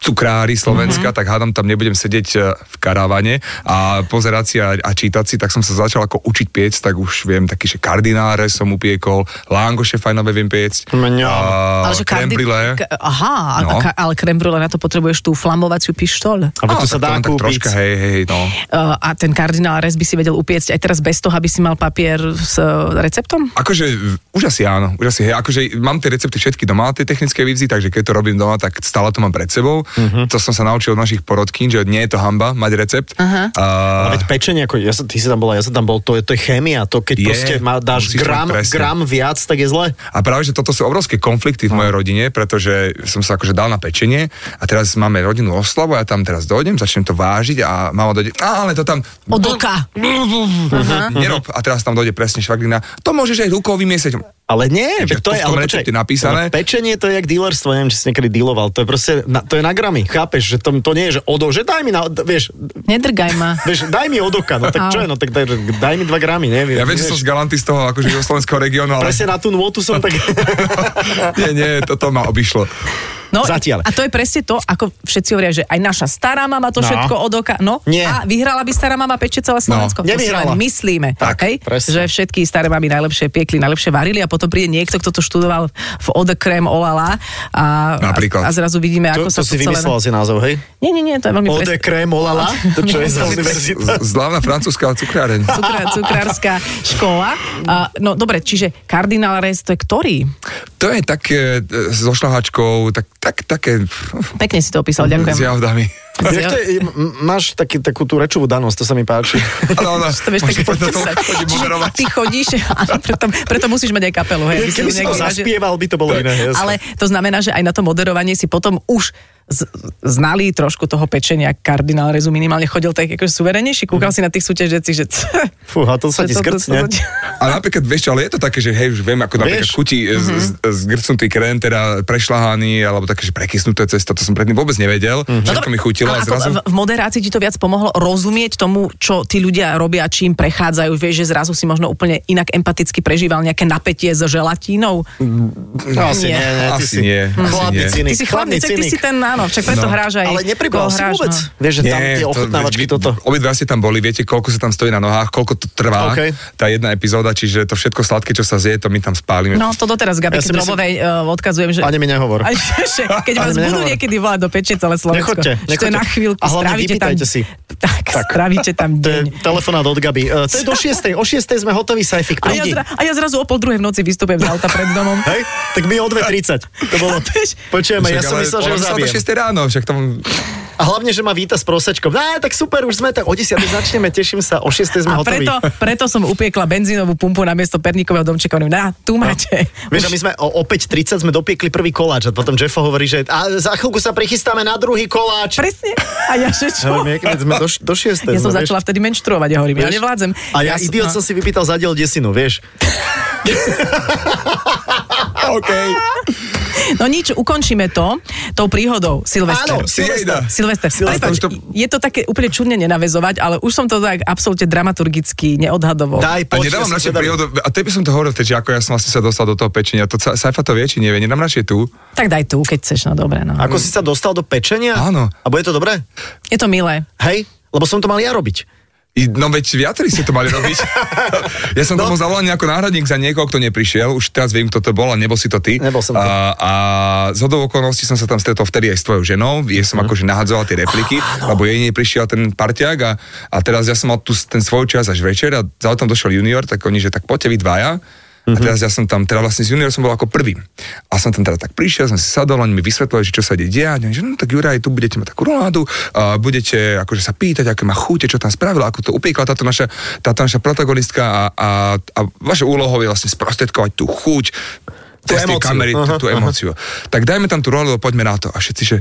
Speaker 5: cukrári Slovenska, tak hádam, tam nebudem sedieť e, v karavane a pozerať si a, a čítať si, tak som sa začal ako učiť piec, tak už viem taký, že kardináre som upiekol, langoše fajnové viem piecť,
Speaker 2: Mňam.
Speaker 5: a,
Speaker 3: že
Speaker 5: crème brûlée.
Speaker 3: K- aha, no.
Speaker 5: No.
Speaker 3: ka, ale creme brûlée, na to potrebuješ tú flamovaciu pištol.
Speaker 2: Alebo
Speaker 5: Áno,
Speaker 2: to sa
Speaker 5: tak
Speaker 2: dá
Speaker 5: len tak
Speaker 2: kúpiť.
Speaker 5: Troška, hej, hej, no.
Speaker 3: Uh, a ten kardinál res by si vedel upiecť aj teraz bez toho, aby si mal papier s uh, receptom?
Speaker 5: Akože, v- už asi áno, už asi, hej, akože mám tie recepty všetky doma, tie technické výzvy, takže keď to robím doma, tak stále to mám pred sebou.
Speaker 2: Mhm.
Speaker 5: To som sa naučil od našich porodkín, že nie je to hamba mať recept.
Speaker 3: Aha.
Speaker 5: A,
Speaker 2: Ale No veď pečenie, ako, ja sa, ty si tam bola, ja sa tam bol, to je, to je chémia, to keď Ah. je,
Speaker 5: Je,
Speaker 2: proste má, dáš
Speaker 5: musíš mať
Speaker 2: gram,
Speaker 5: presne.
Speaker 2: gram viac, tak je zle.
Speaker 5: a práve, že toto sú obrovské konflikty
Speaker 2: No.
Speaker 5: v mojej rodine, pretože som sa akože dal na pečenie a teraz máme rodinnú oslavu, ja tam teraz dojdem, začnem to vážiť a mama dojde, "Á, ale to tam...
Speaker 3: Od oka.
Speaker 5: Nerob. A teraz tam dojde presne švagrina. To môžeš aj rukou vymiesať.
Speaker 2: Ale nie,
Speaker 5: Takže
Speaker 2: veď to je...
Speaker 5: to v tom
Speaker 2: ale
Speaker 5: recepte
Speaker 2: počkaj,
Speaker 5: napísané.
Speaker 2: ale Pečenie to je jak dealerstvo, neviem, či si niekedy dealoval. To je proste, na, to je na gramy, chápeš? Že to, to nie je, že odo, že daj mi na, vieš,
Speaker 3: Nedrgaj ma.
Speaker 2: vieš, daj mi od oka, no tak čo je, no tak daj, daj mi dva gramy, neviem.
Speaker 5: Ja viem, že som z Galanty z toho akože slovenského regiónu, ale...
Speaker 2: Presne na tú nôtu som tak...
Speaker 5: nie, nie, toto ma obišlo.
Speaker 3: No,
Speaker 2: Zatiaľ.
Speaker 3: A to je presne to, ako všetci hovoria, že aj naša stará mama to
Speaker 2: No.
Speaker 3: všetko od oka. No,
Speaker 2: Nie. No.
Speaker 3: a vyhrala by stará mama peče celé Slovensko. To si
Speaker 2: Nevyhrala.
Speaker 3: len myslíme,
Speaker 2: Tak,
Speaker 3: hej?
Speaker 2: presne.
Speaker 3: že všetky staré mamy najlepšie piekli, najlepšie varili a potom príde niekto, kto to študoval v Odekrem Olala a, a
Speaker 5: Napríklad.
Speaker 3: zrazu
Speaker 2: To,
Speaker 3: vidíme,
Speaker 2: to
Speaker 3: ako sa
Speaker 2: si
Speaker 3: celé...
Speaker 2: vymyslel asi názov, hej?
Speaker 3: Nie, nie, nie, to je veľmi
Speaker 2: Eau
Speaker 3: presne.
Speaker 2: de crème au lala? To čo je za univerzita?
Speaker 5: Z- Zlávna francúzska cukráreň.
Speaker 3: Cukra, cukrárska škola. A, no dobre, čiže kardinál Rez, to je ktorý?
Speaker 5: To je také e, so šlahačkou, tak, tak, také pff,
Speaker 3: Pekne si to opísal, ďakujem.
Speaker 5: s jahodami.
Speaker 2: Jak to je, m- máš taký, takú tú rečovú danosť, to sa mi páči.
Speaker 5: Ale ona,
Speaker 3: To vieš také
Speaker 5: poď na to,
Speaker 3: podpísať.
Speaker 5: poď
Speaker 3: Čiže
Speaker 5: moderovať.
Speaker 3: ty chodíš, áno, preto, preto musíš mať aj kapelu. Hej, aby
Speaker 2: Keby si to
Speaker 3: nejak-
Speaker 2: zaspieval, by to bolo iné. jasné.
Speaker 3: Ale to znamená, že aj na to moderovanie si potom už z, znali trošku toho pečenia. Kardinál Rezu minimálne chodil tak akože suverenejší. Kúkal si na tých súťažiacich, že... c-
Speaker 2: Fú, a Mhm. to sa ti
Speaker 3: že to- to-
Speaker 2: skrcne.
Speaker 3: to- to-
Speaker 5: Ale napríklad, vieš čo, ale je to také, že hej, už viem, ako napríklad
Speaker 2: Vieš?
Speaker 5: chutí mm-hmm. zgrcnutý krém, teda prešlahaný, alebo také, že prekysnuté cesto, to som predtým vôbec
Speaker 2: Mhm.
Speaker 5: nevedel, mm-hmm.
Speaker 3: No
Speaker 5: všetko mi chutilo a
Speaker 3: Ale ako
Speaker 5: zrazu...
Speaker 3: v- v moderácii ti to viac pomohlo rozumieť tomu, čo tí ľudia robia, čím prechádzajú. Vieš, že zrazu si možno úplne inak empaticky prežíval nejaké napätie s želatínou.
Speaker 2: No, asi
Speaker 3: Nie.
Speaker 2: nie. nie, ty
Speaker 5: Asi
Speaker 2: si
Speaker 5: nie, asi
Speaker 2: Chladný
Speaker 5: nie.
Speaker 2: cynik.
Speaker 3: Ty si chladný, cek, ty si ten, áno, však preto
Speaker 5: No.
Speaker 3: hráš aj...
Speaker 2: Ale nepribal
Speaker 3: koho
Speaker 2: si
Speaker 3: hráš,
Speaker 2: vôbec.
Speaker 3: no.
Speaker 2: Vieš, že tam tie
Speaker 5: to-
Speaker 2: ochutnávačky
Speaker 5: vy-
Speaker 2: toto.
Speaker 5: Obidva ste tam boli, viete, koľko sa tam stojí na nohách, koľko to trvá,
Speaker 2: OK.
Speaker 5: tá jedna epizóda, čiže to všetko sladké, čo sa zje, to my tam spálime.
Speaker 3: No to doteraz
Speaker 2: Ja
Speaker 3: Gabi
Speaker 2: si
Speaker 3: ja
Speaker 2: myslím-
Speaker 3: Drobovej uh, odkazujem, že...
Speaker 2: Ani mi nehovor.
Speaker 3: Aj, že, keď
Speaker 2: Ani
Speaker 3: vás
Speaker 2: mi
Speaker 3: budú
Speaker 2: nehovor.
Speaker 3: niekedy volať do peče celé Slovensko.
Speaker 2: Nechoďte,
Speaker 3: že to je
Speaker 2: nechoďte.
Speaker 3: na chvíľku,
Speaker 2: A hlavne
Speaker 3: strávite tam...
Speaker 2: vypýtajte si.
Speaker 3: Tak, tak, strávite tam
Speaker 2: To je
Speaker 3: deň.
Speaker 2: telefonát od Gaby. E, To je do 6. O 6. sme hotoví, Sajfik,
Speaker 3: A ja,
Speaker 2: prídi.
Speaker 3: zra, a ja zrazu o pol druhej v noci vystupujem z auta pred domom.
Speaker 2: Hej? Tak my o 2.30. To bolo...
Speaker 3: Chápeš?
Speaker 2: Počujeme, ja som myslel, že ho
Speaker 5: zabijem.
Speaker 2: zabijem.
Speaker 5: 6 ráno, však tam...
Speaker 2: A hlavne, že ma víta s prosečkom. Á, tak super, už sme tak o 10. začneme, teším sa, o 6. sme
Speaker 3: A
Speaker 2: hotoví.
Speaker 3: preto, preto som upiekla benzínovú pumpu na miesto perníkového domčeka. Hovorím, Na, tu máte.
Speaker 2: No. Vieš, a my sme o, o 5.30 sme dopiekli prvý koláč a potom Jeffo hovorí, že a za chvíľku sa prichystáme na druhý koláč.
Speaker 3: Presne. A ja
Speaker 2: Ja
Speaker 3: že čo?
Speaker 2: hovorím, "Jak- veď sme do, š- do 6.
Speaker 3: Ja som začala vtedy menštruovať, ja hovorím, ja no.
Speaker 2: Vieš?
Speaker 3: nevládzem.
Speaker 2: A ja, idiot som si vypýtal zadiel desinu, vieš.
Speaker 5: OK.
Speaker 3: No nič, ukončíme to tou príhodou Silvester.
Speaker 2: Áno, Silvester.
Speaker 3: Silvester.
Speaker 2: Silvester,
Speaker 3: Prepáč,
Speaker 5: už to-
Speaker 3: Je to také úplne čudne nenavezovať, ale už som to tak absolútne dramaturgicky neodhadoval.
Speaker 2: Daj,
Speaker 5: A
Speaker 2: poď,
Speaker 5: nedávam
Speaker 2: ja som
Speaker 5: radšej
Speaker 2: zvedavý.
Speaker 5: príhodu, a te by som to hovoril, že ako ja som vlastne sa dostal do toho pečenia, to sa- Saifa to vie, či nevie, nedám radšej tu.
Speaker 3: Tak daj tu, keď chceš, no dobre. No.
Speaker 2: Ako si sa dostal do pečenia?
Speaker 5: Áno.
Speaker 2: A bude to dobré?
Speaker 3: Je to milé.
Speaker 2: Hej? Lebo som to mal ja robiť.
Speaker 5: I- No veď viacerí ste to mali robiť. ja som no. tomu zavolal ako náhradník za niekoho, kto neprišiel. Už teraz viem, kto to bol a nebol si to ty.
Speaker 2: Nebol som to.
Speaker 5: A, a z hodou okolností som sa tam stretol vtedy aj s tvojou ženou. Ja som akože nahadzoval tie repliky, lebo jej neprišiel ten parťák a, a teraz ja som mal tu s- ten svoj čas až večer a za tam došiel junior, tak oni, že tak poďte vy dvaja. A teraz ja som tam, teda vlastne s juniorom som bol ako prvý. A som tam teda tak prišiel, som si sadol, oni mi vysvetlili, že čo sa ide diať. Oni, že no tak Juraj, tu budete mať takú roládu, a budete akože sa pýtať, aké má chute, čo tam spravila, ako to upiekla táto naša, táto naša protagonistka a, a, a vaša úlohou je vlastne sprostredkovať tú chuť,
Speaker 2: Tú
Speaker 5: cez tie
Speaker 2: emóciu.
Speaker 5: kamery, tú,
Speaker 2: Aha,
Speaker 5: tú emóciu. Tak dajme tam tú roládu a poďme na to. A všetci, že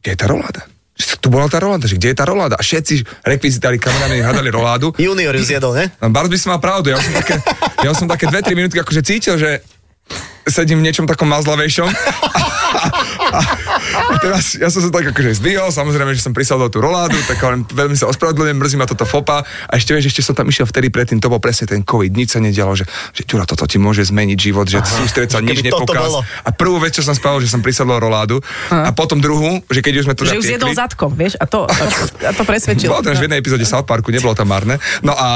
Speaker 5: kde je tá roláda? Že Tu bola tá roláda, že kde je tá roláda? A všetci rekvizitári kamerami hľadali roládu.
Speaker 2: Junior ju zjedol, ne?
Speaker 5: No, Bart by si mal pravdu, ja už som také, ja už som také 2-3 minútky akože cítil, že sedím v niečom takom mazlavejšom. A, a teraz ja som sa tak akože zdvihol, samozrejme, že som prisadol tú roládu, tak hovorím, veľmi sa ospravedlňujem, mrzí ma toto fopa. A ešte vieš, ešte som tam išiel vtedy predtým, to bol presne ten COVID, nič sa nedialo, že, že Ďura, toto ti môže zmeniť život, že sústreť sa,
Speaker 2: Že
Speaker 5: nič
Speaker 2: keby toto bolo.
Speaker 5: nepokaz. A prvú vec, čo som spravil, že som prisadol roládu a potom druhú, že keď už sme to
Speaker 3: Že ju zjedol zadkom, vieš, a to, a to presvedčil.
Speaker 5: bolo to až v jednej epizóde South Parku, nebolo tam marné. No a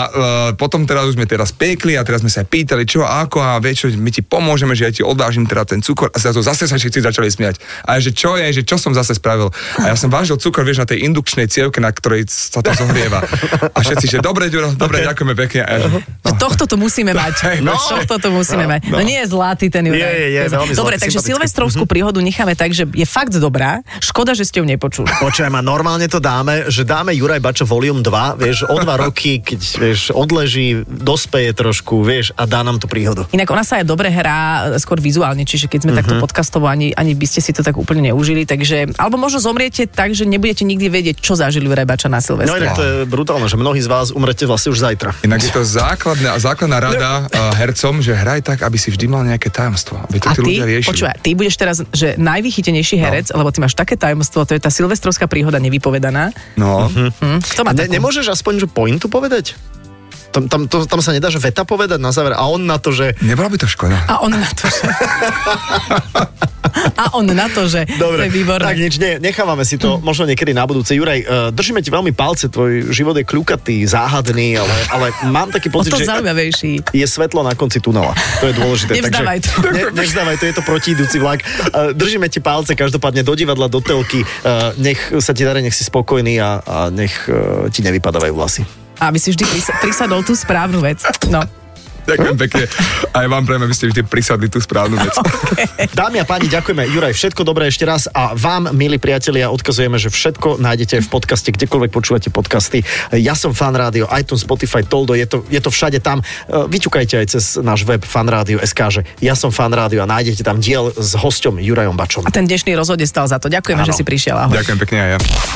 Speaker 5: e, potom teraz už sme teraz pekli a teraz sme sa aj pýtali, čo a ako a vieš, čo, my ti pomôžeme, že ja ti odvážim teda ten cukor a zrazu zase sa všetci začali smiať. A ja, že čo je, že čo som zase spravil. A ja som vážil cukor, vieš, na tej indukčnej cievke, na ktorej sa to zohrieva. A všetci, že dobre, Ďuro, dobre, ďakujeme pekne. A ja, že,
Speaker 3: Že No, tohto tu musíme mať. No, tohto tu musíme mať. No nie je zlatý ten Juraj.
Speaker 2: je, je, veľmi
Speaker 3: Dobre,
Speaker 2: zlatý,
Speaker 3: takže
Speaker 2: sympatický.
Speaker 3: silvestrovskú príhodu necháme tak, že je fakt dobrá. Škoda, že ste ju nepočuli.
Speaker 2: Počujem, a normálne to dáme, že dáme Juraj Bačo Volume 2, vieš, o dva roky, keď, vieš, odleží, dospeje trošku, vieš, a dá nám tú príhodu.
Speaker 3: Inak ona sa aj dobre hrá s skôr vizuálne, čiže keď sme mm-hmm. takto
Speaker 2: Mhm.
Speaker 3: podcastovo, ani, ani by ste si to tak úplne neužili, takže, alebo možno zomriete tak, že nebudete nikdy vedieť, čo zažili u Rebača
Speaker 2: No
Speaker 3: na Silvestra.
Speaker 2: inak to je brutálne, že mnohí z vás umrete vlastne už zajtra.
Speaker 5: Inak je to základná, základná rada uh, hercom, že hraj tak, aby si vždy mal nejaké tajomstvo. Aby
Speaker 3: A
Speaker 5: to tí
Speaker 3: ty,
Speaker 5: ľudia riešili.
Speaker 3: počúva, ty budeš teraz, že najvychytenejší herec, no. lebo ty máš také tajomstvo, to je tá silvestrovská príhoda nevypovedaná.
Speaker 5: No,
Speaker 3: Hm, kto má
Speaker 2: Ne,
Speaker 3: takú?
Speaker 2: nemôžeš aspoň že pointu povedať? Tam, tam, to, tam sa nedá, že veta povedať na záver a on na to, že...
Speaker 5: nebola by to škoda.
Speaker 3: A on na to, že... A on na to, že... to
Speaker 2: Dobre,
Speaker 3: je výborné.
Speaker 2: tak nič, nie, nechávame si to možno niekedy na budúce. Juraj, uh, držíme ti veľmi palce, tvoj život je kľukatý, záhadný, ale, ale mám taký
Speaker 3: o
Speaker 2: pocit,
Speaker 3: to
Speaker 2: že
Speaker 3: zaujímavejší.
Speaker 2: je svetlo na konci tunela. To je dôležité.
Speaker 3: Nevzdávaj to.
Speaker 2: Ne, nevzdávaj to, je to protiidúci vlak. Uh, Držíme ti palce, každopádne do divadla, do telky. Uh, Nech sa ti darí, nech si spokojný a, a nech uh, ti nevypadávajú vlasy.
Speaker 3: Aby si vždy prisa- prisadol tú správnu vec. No.
Speaker 5: Ďakujem pekne. Aj vám prejme, aby ste vždy prisadli tú správnu vec.
Speaker 2: Dámy a páni, ďakujeme. Juraj, všetko dobré ešte raz a vám, milí priatelia, odkazujeme, že všetko nájdete v podcaste, kdekoľvek počúvate podcasty. Ja som Fan Rádio, iTunes, Spotify, Toldo, je to, je to všade tam. E, Vyťukajte aj cez náš web fanradio.sk, že ja som Fan Rádio a nájdete tam diel s hosťom Jurajom Bačom.
Speaker 3: A ten dnešný rozhode stal za to. Ďakujeme,
Speaker 2: Áno.
Speaker 3: že si prišiel. Ahoj.
Speaker 5: Ďakujem pekne aj ja.
Speaker 4: Adela,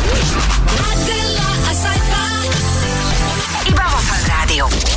Speaker 4: a
Speaker 1: Iba vo Fan Rádiu.